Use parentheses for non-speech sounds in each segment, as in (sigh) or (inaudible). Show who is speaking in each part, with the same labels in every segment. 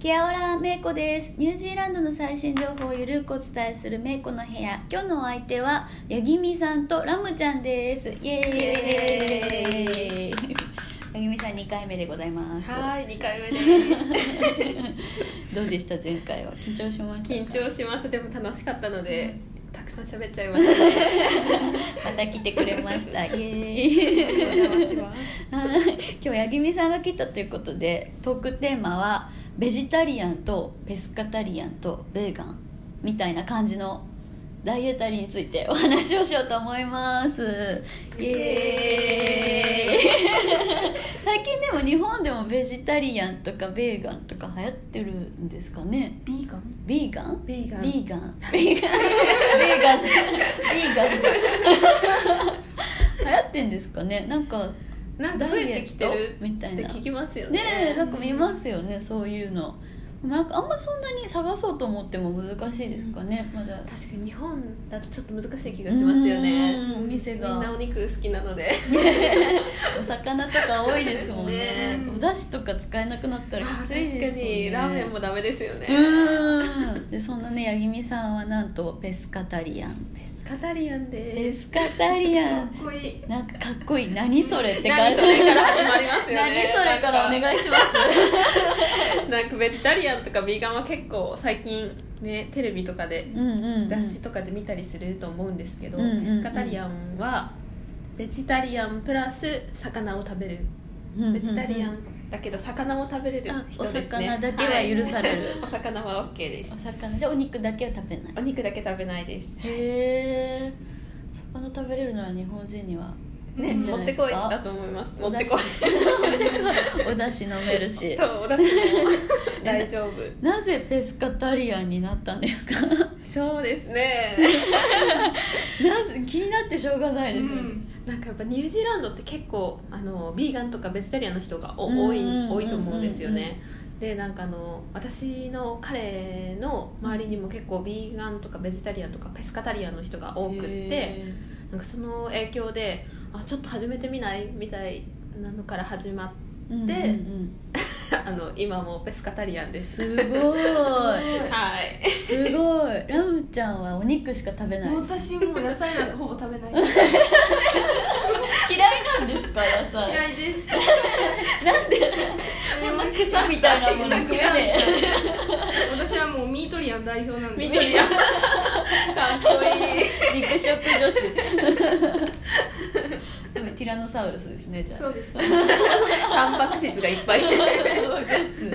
Speaker 1: ケアオラメイコですニュージーランドの最新情報をゆるくお伝えするメイコの部屋今日のお相手はヤギミさんとラムちゃんですイエーイヤギミさん2回目でございます
Speaker 2: はい、二回目です。
Speaker 1: (laughs) どうでした前回は緊張しました
Speaker 2: 緊
Speaker 1: か
Speaker 2: 張しました。でも楽しかったので、たくさん喋っちゃいました。
Speaker 1: また来てくれましたイエーイはい今日八木美さんが来たということでトークテーマはベジタリアンとペスカタリアンとベーガンみたいな感じのダイエタリーについてお話をしようと思いますイエーイ (laughs) 最近でも日本でもベジタリアンとかベーガンとか流行ってるんですかね
Speaker 2: ビーガン。
Speaker 1: ビーガン
Speaker 2: ビーガン。
Speaker 1: (laughs) ビーガンビーガンビーガンビーガン
Speaker 2: (laughs)
Speaker 1: 流行ってんですかねなんか
Speaker 2: なんか
Speaker 1: ダ
Speaker 2: 増
Speaker 1: イエ
Speaker 2: えて
Speaker 1: ッ
Speaker 2: きて
Speaker 1: ト
Speaker 2: る
Speaker 1: みた
Speaker 2: っ
Speaker 1: い
Speaker 2: て
Speaker 1: な
Speaker 2: 聞きますよね。
Speaker 1: ねえなんか見ますよねそういうのなんかあんまそんなに探そうと思っても難しいですかねまだ
Speaker 2: 確かに日本だとちょっと難しい気がしますよね
Speaker 1: う。んお店
Speaker 2: みんな
Speaker 1: が
Speaker 2: お肉好きなので。
Speaker 1: (laughs) お魚とか多いですもんね
Speaker 2: ねえ
Speaker 1: お出汁とか使えなくな
Speaker 2: (laughs)
Speaker 1: ったらき
Speaker 2: 確
Speaker 1: つ
Speaker 2: か
Speaker 1: いですもんね
Speaker 2: にラーメンもダメですよね。
Speaker 1: うんでそんなね八木美さんはなんとペスカタリアン
Speaker 2: ペスカタリアン
Speaker 1: ペ
Speaker 2: です。
Speaker 1: スカタリアン
Speaker 2: かっこいい。
Speaker 1: なんかかっこいい何それって感
Speaker 2: 何
Speaker 1: じ
Speaker 2: それから始まりますよ
Speaker 1: 何
Speaker 2: ね。
Speaker 1: それからお願いし
Speaker 2: (laughs)
Speaker 1: ます
Speaker 2: なんかベジタリアンとかビーガンは結構最近ねテレビとかで
Speaker 1: うんうんうん
Speaker 2: 雑誌とかで見たりすると思うんですけど、
Speaker 1: うんうんうん
Speaker 2: ペスカタリアンはベジタリアンプラス魚を食べる
Speaker 1: うんうんうん
Speaker 2: ベジタリアンだけど魚も食べれる
Speaker 1: あ
Speaker 2: 人
Speaker 1: お
Speaker 2: ですね
Speaker 1: 魚だけは許される、
Speaker 2: (laughs) はいお魚は OK です
Speaker 1: お魚じゃあお肉だけは食べない
Speaker 2: お肉だけ食べないです
Speaker 1: へえ魚食べれるのは日本人には
Speaker 2: ね
Speaker 1: いいんじゃ
Speaker 2: 持
Speaker 1: な
Speaker 2: っ
Speaker 1: い
Speaker 2: て
Speaker 1: です
Speaker 2: こ
Speaker 1: か
Speaker 2: いだと思います持ってこい
Speaker 1: お出汁飲めるし
Speaker 2: (laughs) そうお出
Speaker 1: (laughs)
Speaker 2: 汁も大丈夫
Speaker 1: なぜペスカタリアンになったんですか
Speaker 2: そうです (laughs) ね
Speaker 1: なぜ気になってしょうがないですよね、
Speaker 2: なんかやっぱニュージーランドって結構あのビーガンとかベジタリアンの人がお
Speaker 1: うんうん
Speaker 2: 多い
Speaker 1: うんうん
Speaker 2: 多いと思うんですよねでなんかあの私の彼の周りにも結構ビーガンとかベジタリアンとかペスカタリアンの人が多くって
Speaker 1: へ
Speaker 2: なんかその影響であちょっと始めてみないみたいなのから始まっ
Speaker 1: ーうん
Speaker 2: で
Speaker 1: うん
Speaker 2: て (laughs) あの今もペスカタリアン
Speaker 1: うん
Speaker 2: です
Speaker 1: すごい
Speaker 2: はい
Speaker 1: すごいラムちゃんはお肉しか食べない
Speaker 3: 私もう野菜なんかほぼ食べない
Speaker 1: 嫌いなんですからさ
Speaker 3: 嫌いです (laughs)
Speaker 1: なんでこんな草みたいなもの食べ
Speaker 3: 嫌い
Speaker 1: ね
Speaker 3: 私はもうミートリアン代表なんで
Speaker 2: みん
Speaker 1: (laughs)
Speaker 2: なかっこいい
Speaker 1: え肉食女子
Speaker 2: (laughs)
Speaker 1: でもティラノサウルスですねじゃあ
Speaker 3: そうです
Speaker 2: タンパク質がいっ
Speaker 1: (laughs)
Speaker 2: ぱい
Speaker 1: わかす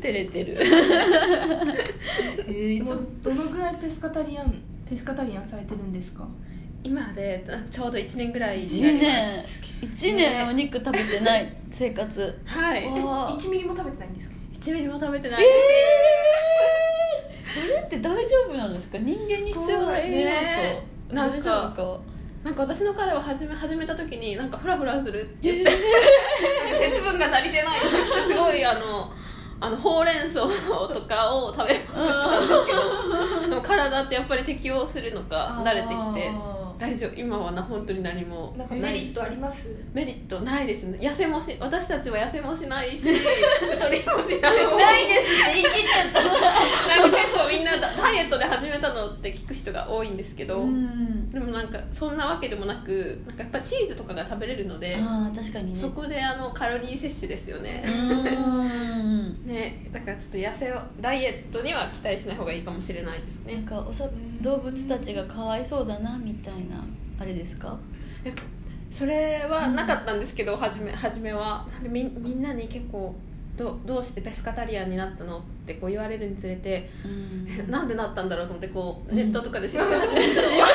Speaker 1: 照れて
Speaker 2: (laughs)
Speaker 1: るえー、い
Speaker 3: も
Speaker 1: つも
Speaker 3: うどのぐらいペスカタリアンペスカタリアンされてるんですか
Speaker 2: 今でちょうど1年ぐらいになり
Speaker 1: 1
Speaker 2: ます
Speaker 1: 年1年お肉食べてない生活
Speaker 2: はい
Speaker 1: わあ
Speaker 3: 1ミリも食べてないんですか
Speaker 2: 1ミリも食べて
Speaker 1: え
Speaker 2: ないです
Speaker 1: ー、それって大丈夫なんですか人間に必要な栄養素、
Speaker 2: ねなんか
Speaker 1: 大丈夫か
Speaker 2: なんか私の彼を始め始めた時になんかフラフラするって言
Speaker 1: え
Speaker 2: って鉄分が足りてないって言ってすごいあのあのほうれん草とかを食べまくったんですけどでも体ってやっぱり適応するのか慣れてきて
Speaker 1: あ
Speaker 2: 大丈夫今はな本当に何も
Speaker 3: なんか
Speaker 2: な
Speaker 3: メリッ
Speaker 2: い
Speaker 3: トあります
Speaker 2: メリットないですね痩せもし私たちは痩せもしないし太りもしないし
Speaker 1: ーないですって言い切っちゃった
Speaker 2: なんか結構みんなダダイエットで始めたのって聞く人が多いんですけど、
Speaker 1: うん
Speaker 2: でもなんかそんなわけでもなくなんかやっぱチーズとかが食べれるので
Speaker 1: あー確かにね
Speaker 2: そこであのカロリー摂取ですよ
Speaker 1: う
Speaker 2: ね
Speaker 1: ーん
Speaker 2: ねだからちょっと痩せをダイエットには期待しない方がいいかもしれないです
Speaker 1: なん
Speaker 2: ね
Speaker 1: かおさ動物たちがかわいそうだなみたいなあれですか
Speaker 2: それはなかったんですけど初め初めはなんでみみんなに結構どどうしてペスカタリアンになったのってこう言われるにつれて
Speaker 1: (laughs) うん
Speaker 2: え (laughs) なんでなったんだろうと思ってこうネットとかで調べて
Speaker 1: (laughs) 自分でなんでな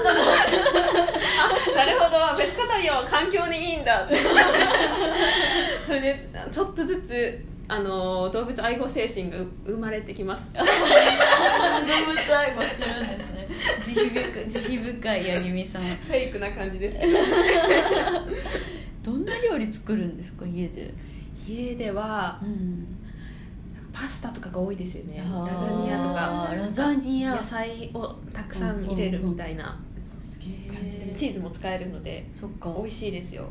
Speaker 2: (laughs)
Speaker 1: ったの
Speaker 2: なるほどベスカタリアンは環境にいいんだって (laughs) それでちょっとずつあの動物愛護精神が生まれてきます
Speaker 1: 動物愛護してるんですね慈悲深慈悲深い八木美さん
Speaker 2: フェイクな感じですけど
Speaker 1: どんな料理作るんですか家で
Speaker 2: 家では
Speaker 1: うん
Speaker 2: パスタとかが多いですよねラ
Speaker 1: あー
Speaker 2: ザニアとか
Speaker 1: ラザニア
Speaker 2: 野菜をたくさん入れるみたいな感じでチ
Speaker 1: チー
Speaker 2: ーズも使えるので
Speaker 1: ズそっか
Speaker 2: 美
Speaker 1: お
Speaker 2: 味しいですよ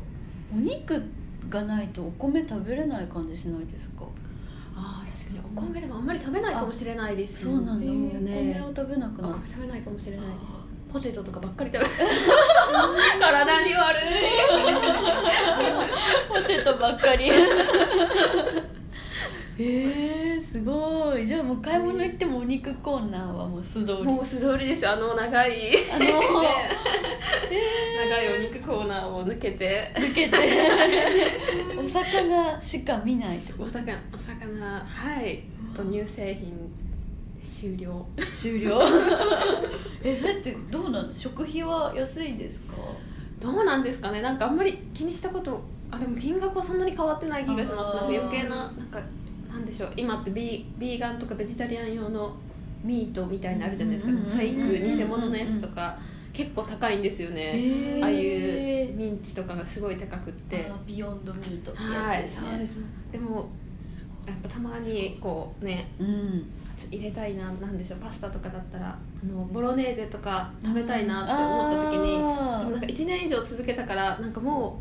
Speaker 1: 肉がないとお米食べれない感じしないですか
Speaker 2: ああ確かにお米でもあんまり食べないかもしれないです
Speaker 1: そうなんだ、
Speaker 2: よ
Speaker 1: お米
Speaker 2: ね
Speaker 1: を食べなく
Speaker 2: お
Speaker 1: なっ
Speaker 2: 米食べないかもしれないですポテトとかばっかり食べ体に悪い
Speaker 1: ポテトばっか (laughs) りえー、すごいじゃあもう買い物行ってもお肉コーナーはもう素通り
Speaker 2: もう素通りですあの長い
Speaker 1: あの
Speaker 2: 長いお肉コーナーを抜けて
Speaker 1: 抜
Speaker 2: (laughs)
Speaker 1: けてお魚しか見ないってこ
Speaker 2: お魚お魚はいと乳製品終了
Speaker 1: と終
Speaker 2: (laughs)
Speaker 1: 了えそれってどうなん食費は安いですか
Speaker 2: どうなんですかねなんかあんまり気にしたことあでも金額はそんなに変わってない気がします
Speaker 1: あ
Speaker 2: な
Speaker 1: ー
Speaker 2: んか余計ななんかなんでしょう今ってビービーガンとかベジタリアン用のミートみたいなのあるじゃないですか
Speaker 1: うんうんうんうん
Speaker 2: フェイク偽物のやつとか結構高いんですよね
Speaker 1: え
Speaker 2: ああいうミンチとかがすごい高くって
Speaker 1: あビヨンドミートって
Speaker 2: は
Speaker 1: やつ
Speaker 2: い
Speaker 1: です
Speaker 2: そ
Speaker 1: ね、
Speaker 2: うですでもやっぱたまにこうね
Speaker 1: うん
Speaker 2: ちょっと入れたいななんでしょうパスタとかだったらあのボロネーゼとか食べたいなって思った時にでもなんか1年以上続けたからなんかも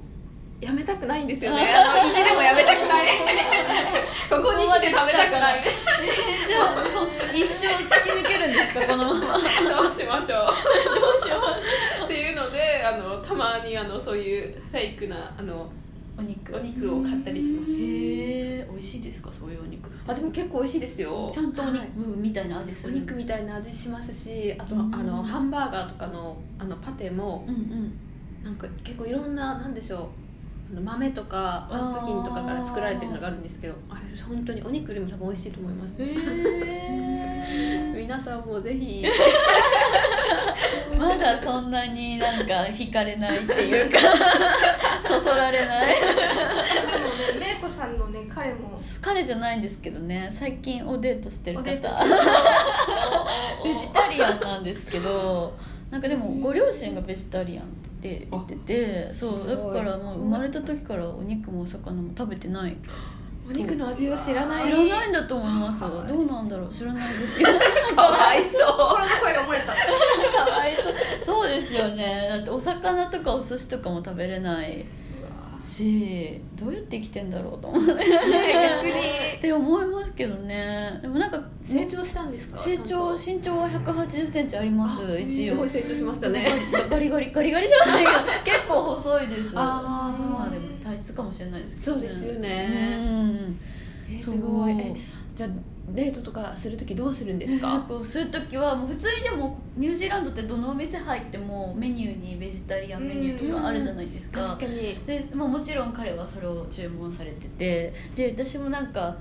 Speaker 2: うやめたくないんですよねあの意地でもやめたく (laughs) ないここに来て食べたくない
Speaker 1: じゃあもう一生突き抜けるんですかこのままど
Speaker 2: どうしましょ
Speaker 1: うしよ
Speaker 2: うっていうのであのたまにあのそういうフェイクなあの
Speaker 1: うお肉
Speaker 2: お肉を買ったりします
Speaker 1: へえ美味しいですかそういうお肉
Speaker 2: あでも結構美味しいですよ
Speaker 1: ちゃんとお
Speaker 2: はい
Speaker 1: 肉みたいな味
Speaker 2: お
Speaker 1: するんで
Speaker 2: 肉
Speaker 1: す
Speaker 2: みたいな味しますしあとあ
Speaker 1: うん
Speaker 2: のハンバーガーとかのあのパテも
Speaker 1: うんうん
Speaker 2: なんか結構いろんななんでしょうあの豆とかパンプキンとかから作られてるのがあるんですけどあれ本当にお肉よりも多分美味しいと思います
Speaker 1: へえ
Speaker 2: 皆さんもぜひ
Speaker 1: (laughs) まだそんなになんか惹かれないっていう (laughs) かそそられない
Speaker 3: もね、めいこさんのね、彼も。
Speaker 1: 彼じゃないんですけどね最近おデートしてる
Speaker 3: お
Speaker 1: 方
Speaker 3: デート
Speaker 1: ベジタリアンなんですけどなんかでもご両親がベジタリアンって言っててそう
Speaker 2: す
Speaker 1: だ
Speaker 2: ごい
Speaker 1: からもう生まれた時からお肉もお魚も食べてない
Speaker 2: お肉の味を知らない
Speaker 1: 知らないんだと思います
Speaker 3: かわいい
Speaker 1: どうなんだろう知らないですけど
Speaker 2: (laughs) かわいそう
Speaker 3: 心の声が漏れた。
Speaker 1: (laughs) かわいそうそうですよねだってお魚とかお寿司とかも食べれないしどうやって生きてんだろうと思って
Speaker 2: (laughs)
Speaker 1: っ
Speaker 2: 逆に
Speaker 1: て思いますけどねでもなんか
Speaker 2: 成長したんですか
Speaker 1: 成長身長は1 8 0ンチあります
Speaker 2: あ
Speaker 1: 一
Speaker 2: すご
Speaker 1: 応
Speaker 2: い成長しましたね
Speaker 1: ガリガリガリガリじゃ
Speaker 2: (laughs)
Speaker 1: ないけど結構細いです
Speaker 2: あー
Speaker 1: まあでも体質かもしれないですけ
Speaker 2: そ
Speaker 1: ど、
Speaker 2: うですよ
Speaker 1: う
Speaker 2: ね
Speaker 1: ん
Speaker 2: えす
Speaker 1: そう
Speaker 2: ごいえじゃあデートとかする時どうするんです
Speaker 1: や
Speaker 2: か
Speaker 1: っぱする時はもう普通にでもニュージーランドってどのお店入ってもメニューにベジタリアンメニューとかあるじゃないですか
Speaker 2: 確かに
Speaker 1: で、まあ、もちろん彼はそれを注文されててで私もなんか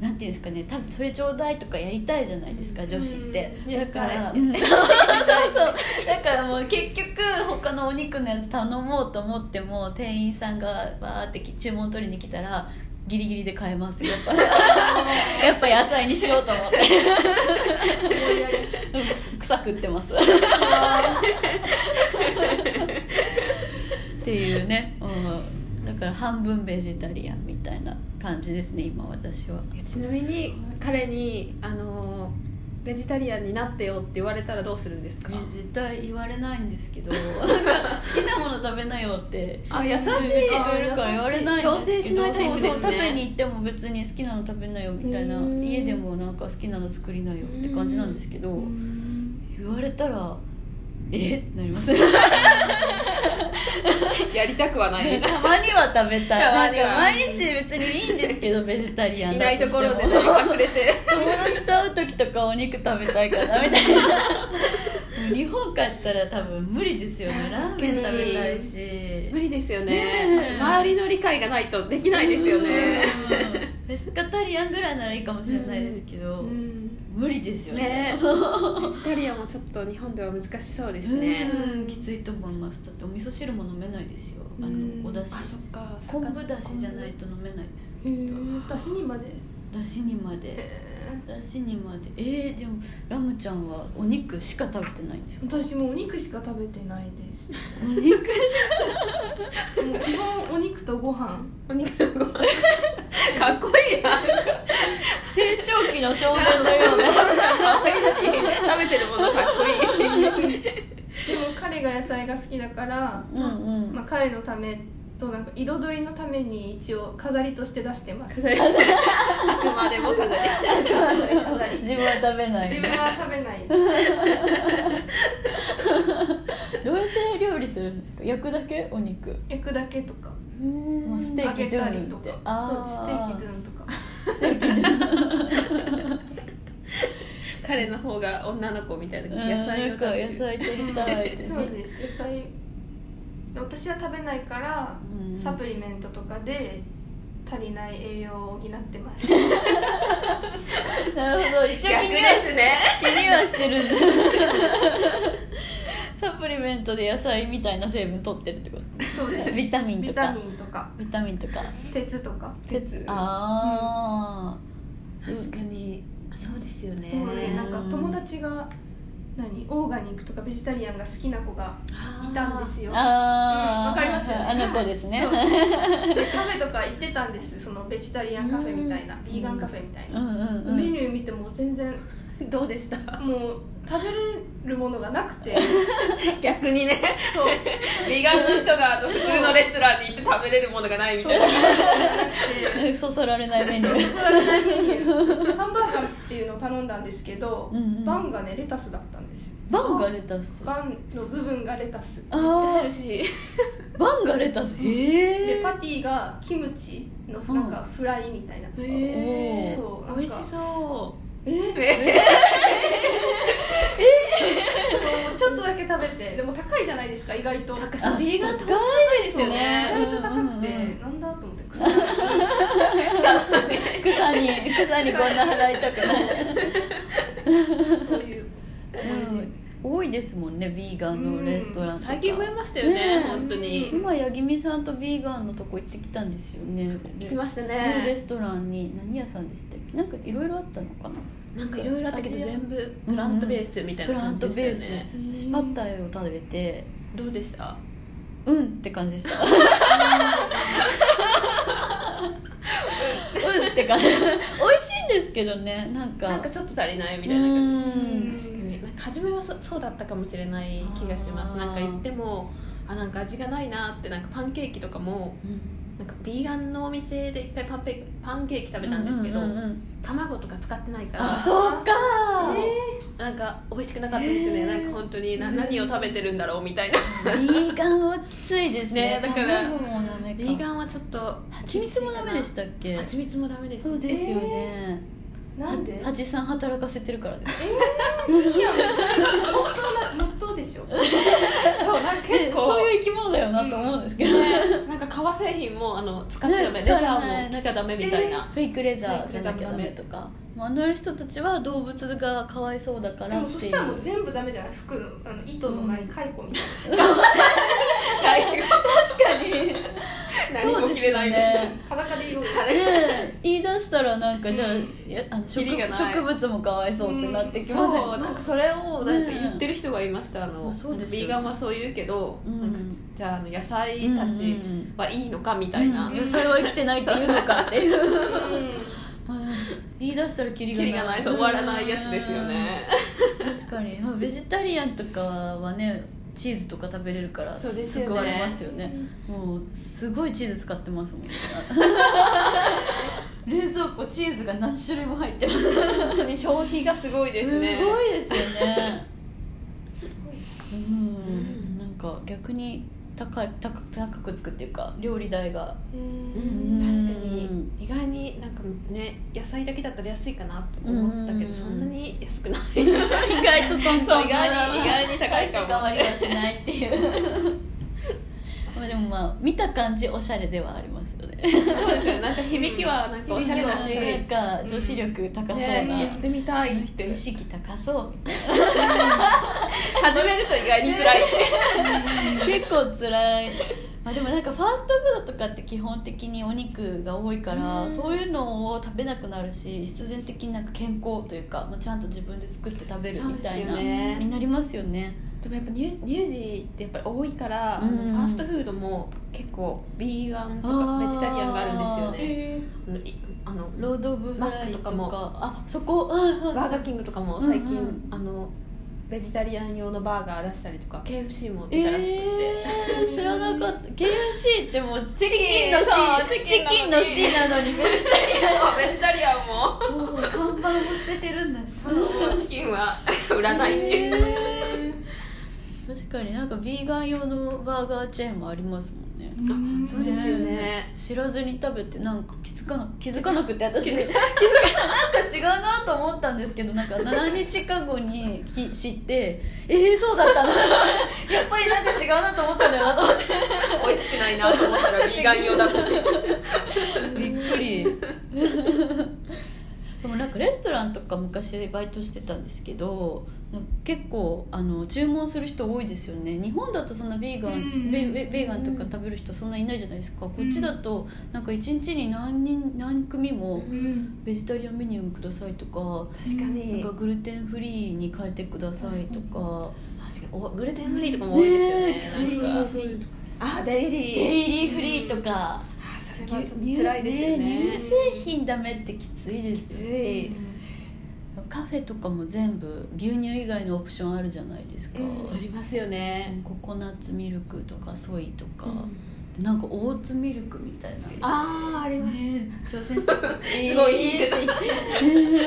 Speaker 1: なんていうんですかね多分それちょうだいとかやりたいじゃないですか女子って
Speaker 2: うん
Speaker 1: だから、
Speaker 2: や
Speaker 1: (laughs)
Speaker 2: り
Speaker 1: そうそうだからもう結局他のお肉のやつ頼もうと思っても店員さんがバーってき注文取りに来たらギリギリで買えますやっぱやっぱ野菜にしようと思ってでも (laughs) 草食ってますっていうね、うん、だから半分ベジタリアンみたいな感じですね今私は
Speaker 2: えちなみに彼にあのベジタリアンになってよって言われたらどうするんですか
Speaker 1: 絶対言われないんですけど (laughs) なんか好きなもの食べなよって
Speaker 2: あ優しい
Speaker 1: 言ってくれるから言われないんですけど
Speaker 2: 強制しないタイプですね
Speaker 1: そうそう食べに行っても別に好きなの食べなよみたいな
Speaker 3: うん
Speaker 1: 家でもなんか好きなの作りなよって感じなんですけど言われたらえってなりますね
Speaker 2: やりたくはない
Speaker 1: たまには食べたい
Speaker 2: たま
Speaker 1: なん
Speaker 2: には
Speaker 1: か毎日別にいいんですけどベジタリアン
Speaker 2: い
Speaker 1: だ
Speaker 2: な
Speaker 1: と
Speaker 2: い
Speaker 1: しても
Speaker 2: ところで隠れて
Speaker 1: 友達と会う時とかお肉食べたいかなみたいな日本帰ったら多分無理ですよねラーメン食べたいし
Speaker 2: 無理ですよね
Speaker 1: ねえ
Speaker 2: 周りの理解がないとできないですよね
Speaker 1: うんベスカタリアンぐらいならいいかもしれないですけど、無理ですよね
Speaker 2: ねえベジタリアンもちょっと日本では難しそうですね
Speaker 1: うんきついと思いますだってお味噌汁も飲めないですよあ
Speaker 3: うん
Speaker 1: のお出
Speaker 2: あ
Speaker 1: 汁
Speaker 2: そっか
Speaker 1: 昆布だしじゃないと飲めないですよ
Speaker 3: 私にまで。
Speaker 1: だしにまでだしにまでえー、でもラムちゃんはお肉しか食べてないんですよ
Speaker 3: 私もお肉しか食べてないです。
Speaker 1: お肉し (laughs)
Speaker 3: もう基本お肉とご飯。
Speaker 2: お肉のご飯かっこいいな
Speaker 1: 成長期の少年のような
Speaker 2: 可愛いのに食べてるものかっこいい
Speaker 3: でも彼が野菜が好きだから、
Speaker 1: うんうん
Speaker 3: まあ、彼のためとなんか彩りのために一応飾りとして出してます
Speaker 2: 飾りあくまでも飾り
Speaker 3: 飾り
Speaker 1: 自分は食べない
Speaker 3: 自 (laughs) 分は食
Speaker 1: (laughs)
Speaker 3: べない
Speaker 1: どうやって料理するんですか焼くだけお肉
Speaker 3: 焼くだけとか
Speaker 1: もうステ
Speaker 3: 揚
Speaker 1: ー
Speaker 3: げ
Speaker 1: キド
Speaker 3: た
Speaker 1: ゥ
Speaker 3: り
Speaker 1: ン
Speaker 3: と
Speaker 1: っ
Speaker 3: か
Speaker 1: て
Speaker 3: そうステー
Speaker 1: あ
Speaker 3: キドゥンとか
Speaker 1: ーステーキドゥン
Speaker 2: 彼の方が女の子みたいな
Speaker 1: うん
Speaker 2: 野菜を
Speaker 1: なん
Speaker 2: 食
Speaker 1: か
Speaker 2: べ
Speaker 1: 野
Speaker 2: る
Speaker 1: 菜取りたいってね
Speaker 3: そうです野菜私は食べないから
Speaker 1: うん
Speaker 3: サプリメントとかで足りない栄養を補ってます
Speaker 1: (laughs) なるほど一応気
Speaker 2: 逆
Speaker 1: には
Speaker 2: で
Speaker 1: し
Speaker 2: すね
Speaker 1: 気にはしてるんだ (laughs) サプリメントで野菜みたいな成分取ってるってこ
Speaker 3: そうで
Speaker 1: と
Speaker 3: す
Speaker 1: ビタミン
Speaker 3: ビ
Speaker 1: とか
Speaker 3: タミンとか
Speaker 1: ビタミンとか
Speaker 3: 鉄とか
Speaker 2: 鉄
Speaker 1: あー
Speaker 2: 確かにそうですよね
Speaker 3: そうね
Speaker 1: な
Speaker 3: なんん
Speaker 1: か
Speaker 3: か
Speaker 1: 友
Speaker 3: 友達が何オーガニックとかベジタリアンが好きな子がいたんですよ
Speaker 1: あー
Speaker 3: わかりますよね
Speaker 1: あの子ですね
Speaker 3: そうでカフェとか行ってたんですそのベジタリアンカフェみたいなビーガンカフェみたい
Speaker 1: うん
Speaker 3: な、
Speaker 1: うんう
Speaker 3: メニ
Speaker 1: ん
Speaker 3: ュー見ても全然
Speaker 2: どうでした
Speaker 3: もう食べれるものがなく
Speaker 1: (laughs)
Speaker 3: て
Speaker 2: (laughs) 逆にね
Speaker 3: そう
Speaker 2: ビガンの人があの普通のレストランに行って食べれるものがないみ
Speaker 3: そう
Speaker 2: たいな
Speaker 1: なんかそそられないメニュ
Speaker 2: (laughs)
Speaker 1: ー
Speaker 3: 怒られないメニューハンバーガーっていうのを頼んだんですけど、
Speaker 1: うんうん
Speaker 3: バンがねレタスだったんですよ
Speaker 1: バンがレタス
Speaker 3: バンの部分がレタス
Speaker 1: あ
Speaker 2: めっちゃヘル
Speaker 1: ー
Speaker 2: シー
Speaker 1: バンがレタスへ
Speaker 3: で
Speaker 1: え
Speaker 3: パティがキムチのなんかフライみたいな、
Speaker 1: へー
Speaker 3: そうなんか
Speaker 2: 美味しそう
Speaker 3: えー
Speaker 2: え
Speaker 3: でもちょっとだけ食べてでも高いじゃないですか意外と意
Speaker 2: なん
Speaker 3: 外
Speaker 2: か
Speaker 3: と
Speaker 2: さビーガンって本当高いですよね
Speaker 3: 高くて、
Speaker 1: うんうんうん
Speaker 3: なんだと思って草の
Speaker 1: 草に
Speaker 2: (laughs)
Speaker 1: 草にこんな払いたくない
Speaker 3: そういう思い出
Speaker 1: 多いですもんねビーガンのレストランとか
Speaker 2: 最近増えましたよね
Speaker 1: ねえ
Speaker 2: 本当に
Speaker 1: 今八木美さんとビーガンのとこ行ってきたんですよね
Speaker 2: 行きました
Speaker 1: ねレ
Speaker 2: ね
Speaker 1: ストランに何屋さんでしたっけなんかいろいろあったのかな
Speaker 2: なんかいろいろあったけど
Speaker 1: 味は
Speaker 2: 全部プラントベースみたい
Speaker 1: プ
Speaker 2: な
Speaker 1: ラ
Speaker 2: 感
Speaker 1: ン
Speaker 2: じ
Speaker 1: ト
Speaker 2: で
Speaker 1: ベ
Speaker 2: したよ
Speaker 1: ース
Speaker 2: ね
Speaker 1: スパッタイを食べて
Speaker 2: どうでした
Speaker 1: うんって感じでしたうんって感じ美味しいんですけどねなんか
Speaker 2: なんかちょっと足りないみたいな感じ
Speaker 1: うん
Speaker 2: 確かになんか初めはそそうだったかもしれない気がしま
Speaker 1: あ
Speaker 2: す
Speaker 1: ー
Speaker 2: なんか行ってもあなんか味がないなってなんかパンケーキとかもなんかビーガンのお店で一回パンペパンケーキ食べたんですけど、
Speaker 1: うんうんうんうん
Speaker 2: 卵とか使ってないか
Speaker 1: あ
Speaker 2: ら
Speaker 1: そうか
Speaker 2: なんか美味しくなかったですね、
Speaker 1: えー
Speaker 2: なんか本当にな
Speaker 1: うん
Speaker 2: 何を食べてるんだろうみたいな
Speaker 1: ビーガンはきついですね
Speaker 2: ねだから
Speaker 1: 卵もダメか
Speaker 2: ビーガンはちょっと
Speaker 1: 蜂蜜もダメでしたっけ
Speaker 2: 蜂蜜もダメです
Speaker 1: そうですよね、
Speaker 3: なんで
Speaker 1: 蜂さん働かせてるからです
Speaker 3: いや本当なモットーでしょ
Speaker 2: そうなんか結構
Speaker 1: そういう生き物だよなと思うんですけど、
Speaker 2: ねなんか革製品もあの使っちゃダメ、
Speaker 1: ね
Speaker 2: レザ
Speaker 1: 使わない
Speaker 2: ーも着ちゃダメみたいな、
Speaker 1: フェイクレザーじゃなきゃダメとかまああの人たちは動物がかわいそうだか
Speaker 3: で
Speaker 1: ら
Speaker 3: も
Speaker 1: っ
Speaker 3: そ
Speaker 1: てい
Speaker 3: し
Speaker 1: う
Speaker 3: たらもう全部ダメじゃない服のあの糸の何蚕みたい
Speaker 1: 確かに
Speaker 2: 何も着れな
Speaker 1: (laughs)
Speaker 2: い
Speaker 1: そうですよね
Speaker 3: な裸でいろいろ
Speaker 1: ね言い出したらなんかじゃあ,、
Speaker 3: うん
Speaker 1: いやあの植
Speaker 2: キリがない
Speaker 1: 植物もかわいそうってなってきません
Speaker 2: そう
Speaker 1: か、
Speaker 2: なんかそれをなんか言ってる人がいました、あの
Speaker 1: そうですよ
Speaker 2: ビーガンはそう言うけど、
Speaker 1: うん
Speaker 2: なんかじゃああの野菜
Speaker 1: うんうん
Speaker 2: たちはいいのかみたいな、
Speaker 1: うんそれは生きてないっていうのかっていう
Speaker 2: (laughs)
Speaker 3: う
Speaker 1: 言い出したらキリ
Speaker 2: キ
Speaker 1: がない
Speaker 2: リがないと終わらないやつですよね、
Speaker 1: 確かに、まあ、ベジタリアンとかはねチーズとか食べれるから
Speaker 2: そうですよね
Speaker 1: 救われますよねもうすごいチーズ使ってます
Speaker 2: (laughs)
Speaker 1: もん冷蔵庫チーズが何種類も入ってます
Speaker 2: 本当に消費がすごいですね
Speaker 1: すごいですよね
Speaker 3: ん
Speaker 1: うん、
Speaker 2: ん
Speaker 1: なんか逆に高い高高くつくっていうか料理代が
Speaker 2: う
Speaker 1: うん
Speaker 2: ん確か
Speaker 1: うん
Speaker 2: に意外になんかね野菜だけだったら安いかなと思ったけ
Speaker 1: うん
Speaker 2: どそんなに安くない
Speaker 1: 意外とトン
Speaker 2: そ
Speaker 1: ト
Speaker 2: う
Speaker 1: ン
Speaker 2: 意外に意外に高いかも
Speaker 1: 変わりはしないっていうまあでもまあ見た感じおしゃれではありますよね
Speaker 2: そうですよねなんか響きはなんかおしゃれだし、
Speaker 1: なん
Speaker 2: ね、
Speaker 1: か女子力高そうな、
Speaker 2: やってみたいって
Speaker 1: 意識高そう
Speaker 2: 始めると意外に辛い
Speaker 1: 結構辛い、まあ、でもなんかファーストフードとかって基本的にお肉が多いから、
Speaker 3: うん
Speaker 1: そういうのを食べなくなるし必然的になんか健康というか、まあ、ちゃんと自分で作って食べるみたいな、
Speaker 2: そうですよね
Speaker 1: になりますよね
Speaker 2: (laughs) でもやっぱニュニュージーってやっぱり多いから、あの
Speaker 1: うん
Speaker 2: ファーストフードも結構ビーガンとか
Speaker 1: あー
Speaker 2: ベジタリアンがあるんですよね
Speaker 3: え
Speaker 2: あのいあの
Speaker 1: ロード・オブ・フライとか
Speaker 2: マックとかも
Speaker 1: あそこあ
Speaker 2: バーガーキングとかも最近、
Speaker 1: うんうん
Speaker 2: あのベジタリアン用のバーガー出したりとか KFC も売ってたらしくて、
Speaker 1: え
Speaker 2: (laughs)
Speaker 1: ー、知らなかった KFC ってもうチキンの
Speaker 2: そう
Speaker 1: C
Speaker 2: チ
Speaker 1: チ
Speaker 2: キ
Speaker 1: キ
Speaker 2: ン
Speaker 1: ン
Speaker 2: なの
Speaker 1: の
Speaker 2: に
Speaker 1: C な
Speaker 2: (laughs)
Speaker 1: のにベジタ
Speaker 2: そうベジタリアンも
Speaker 1: リアンもう看板を捨ててるんだ
Speaker 2: そのチキンは (laughs) 売らないっていう、
Speaker 1: えー確かになんかビーガン用のバーガーチェーンもありますもんね
Speaker 2: あそうですよね
Speaker 1: 知らずに食べてなんか気づかな気づかなくて私 (laughs) 気づかなんか違うなと思ったんですけどなんか7日か後にき知ってえー、そうだ (laughs) ったなやっぱりなんか違うなと思ったんだよなと思って
Speaker 2: 美味しくないなと思ったらビーガン用だと
Speaker 1: びっくり (laughs) でもなんかレストランとか昔バイトしてたんですけど結構あの注文する人多いですよね日本だとそんなビーガン、
Speaker 3: うんうん
Speaker 1: ベベベーガンとか食べる人そんないないじゃないですか、こっちだとなんか一日に何人何組も
Speaker 3: うん
Speaker 1: ベジタリアンメニューくださいとか
Speaker 2: 確かに
Speaker 1: なんかグルテンフリーに変えてくださいとか
Speaker 2: 確かにおグルテンフリーとかも多いですよね
Speaker 1: ねえ
Speaker 2: なんか
Speaker 1: そうそうそう
Speaker 2: あデイリー
Speaker 1: デイリーフリーとか、
Speaker 2: あそれ
Speaker 1: ぎゅ
Speaker 2: はちょっと辛いですよね
Speaker 1: ね乳製品ダメってきついで
Speaker 2: き
Speaker 1: す
Speaker 2: つ
Speaker 1: よ
Speaker 2: い
Speaker 1: カフェとかも全部牛乳以外のオプションあるじゃないですか、
Speaker 3: うん
Speaker 2: ありますよね、
Speaker 1: ココナッツミルクとかソイとか、なんかオーツミルクみたいな
Speaker 2: あああります
Speaker 1: ね挑戦してた
Speaker 2: (laughs) すごいいい
Speaker 1: えーっ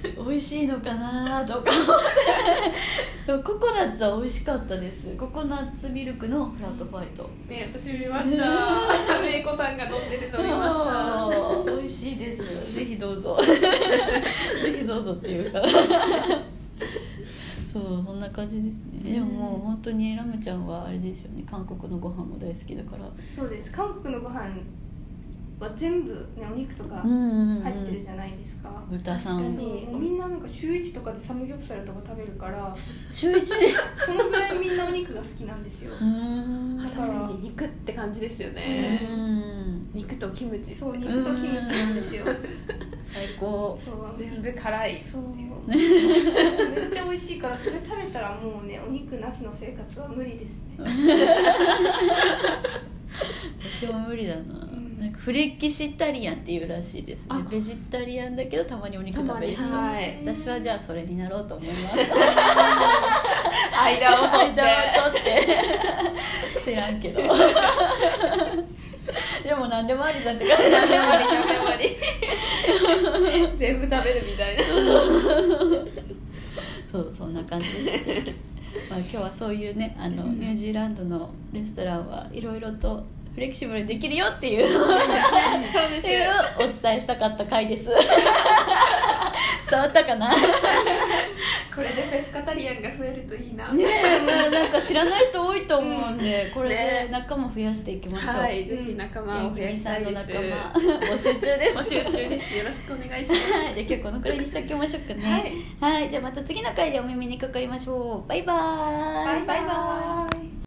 Speaker 1: て美味しいのかなと
Speaker 2: (laughs)
Speaker 1: かでもココナッツは美味しかったですココナッツミルクのフラットファイト
Speaker 3: ね私見ましためいこさんが飲んでるの見ました
Speaker 1: あー美味しいですぜひど (laughs) うぞぜひどうぞっていうかそうそんな感じですねでももう本当にラムちゃんはあれですよね韓国のご飯も大好きだから
Speaker 3: そうです韓国のご飯は全部ねお肉とか
Speaker 1: うんうん、うん、
Speaker 3: 入ってるじゃないですか、
Speaker 1: 豚さん
Speaker 2: 確
Speaker 3: そ
Speaker 2: か
Speaker 3: う
Speaker 2: に
Speaker 3: もうみんななんか週一とかでサムギョプサルとか食べるから
Speaker 1: 週 (laughs) 一で
Speaker 3: そのぐらいみんなお肉が好きなんですよ
Speaker 1: うん
Speaker 2: 確かに肉って感じですよね、
Speaker 1: うん
Speaker 2: 肉とキムチ
Speaker 3: そう肉とキムチなんですよ
Speaker 1: 最高
Speaker 3: そう
Speaker 2: 全部辛い
Speaker 3: そうめっちゃ美味しいからそれ食べたらもうねお肉なしの生活は無理ですね
Speaker 1: 私も無理だな,、
Speaker 3: ん
Speaker 1: なんかフレキシタリアンっていうらしいですね
Speaker 2: あ
Speaker 1: ベジタリアンだけどたまにお肉
Speaker 2: た
Speaker 1: 食
Speaker 2: ま
Speaker 1: べ
Speaker 2: に
Speaker 1: る人
Speaker 2: はい
Speaker 1: 私はじゃあそれになろうと思います
Speaker 2: 間を取って
Speaker 1: 間を取って知らん (laughs) けどでも何でもあるじゃんって感じ
Speaker 2: 何でもあり何でもあり (laughs) 全部食べるみたいな
Speaker 1: そうそんな感じですね、 (laughs) まあ、今日はそういうねあのニュージーランドのレストランはいろいろとフレキシブルにできるよっていう
Speaker 2: そうで
Speaker 1: っていうのをお伝えしたかった回 (laughs) です伝わったかな
Speaker 2: これでペスカタリアンが増えるといいな
Speaker 1: ねえ、まあ、なんか知らない人多いと思うんで、これで
Speaker 2: ね
Speaker 1: 仲間増やしていきましょう、
Speaker 2: はいぜひ仲間を増やしたいです
Speaker 1: ゆみさんの仲間募集中です
Speaker 2: 募集中ですよろしくお願いしま
Speaker 1: (laughs)
Speaker 2: す
Speaker 1: はい、じゃあ今日このくらいにしておきましょうかね。はい、じゃあまた次の回でお耳にかかりましょう。バイバーイ。
Speaker 2: バイバイ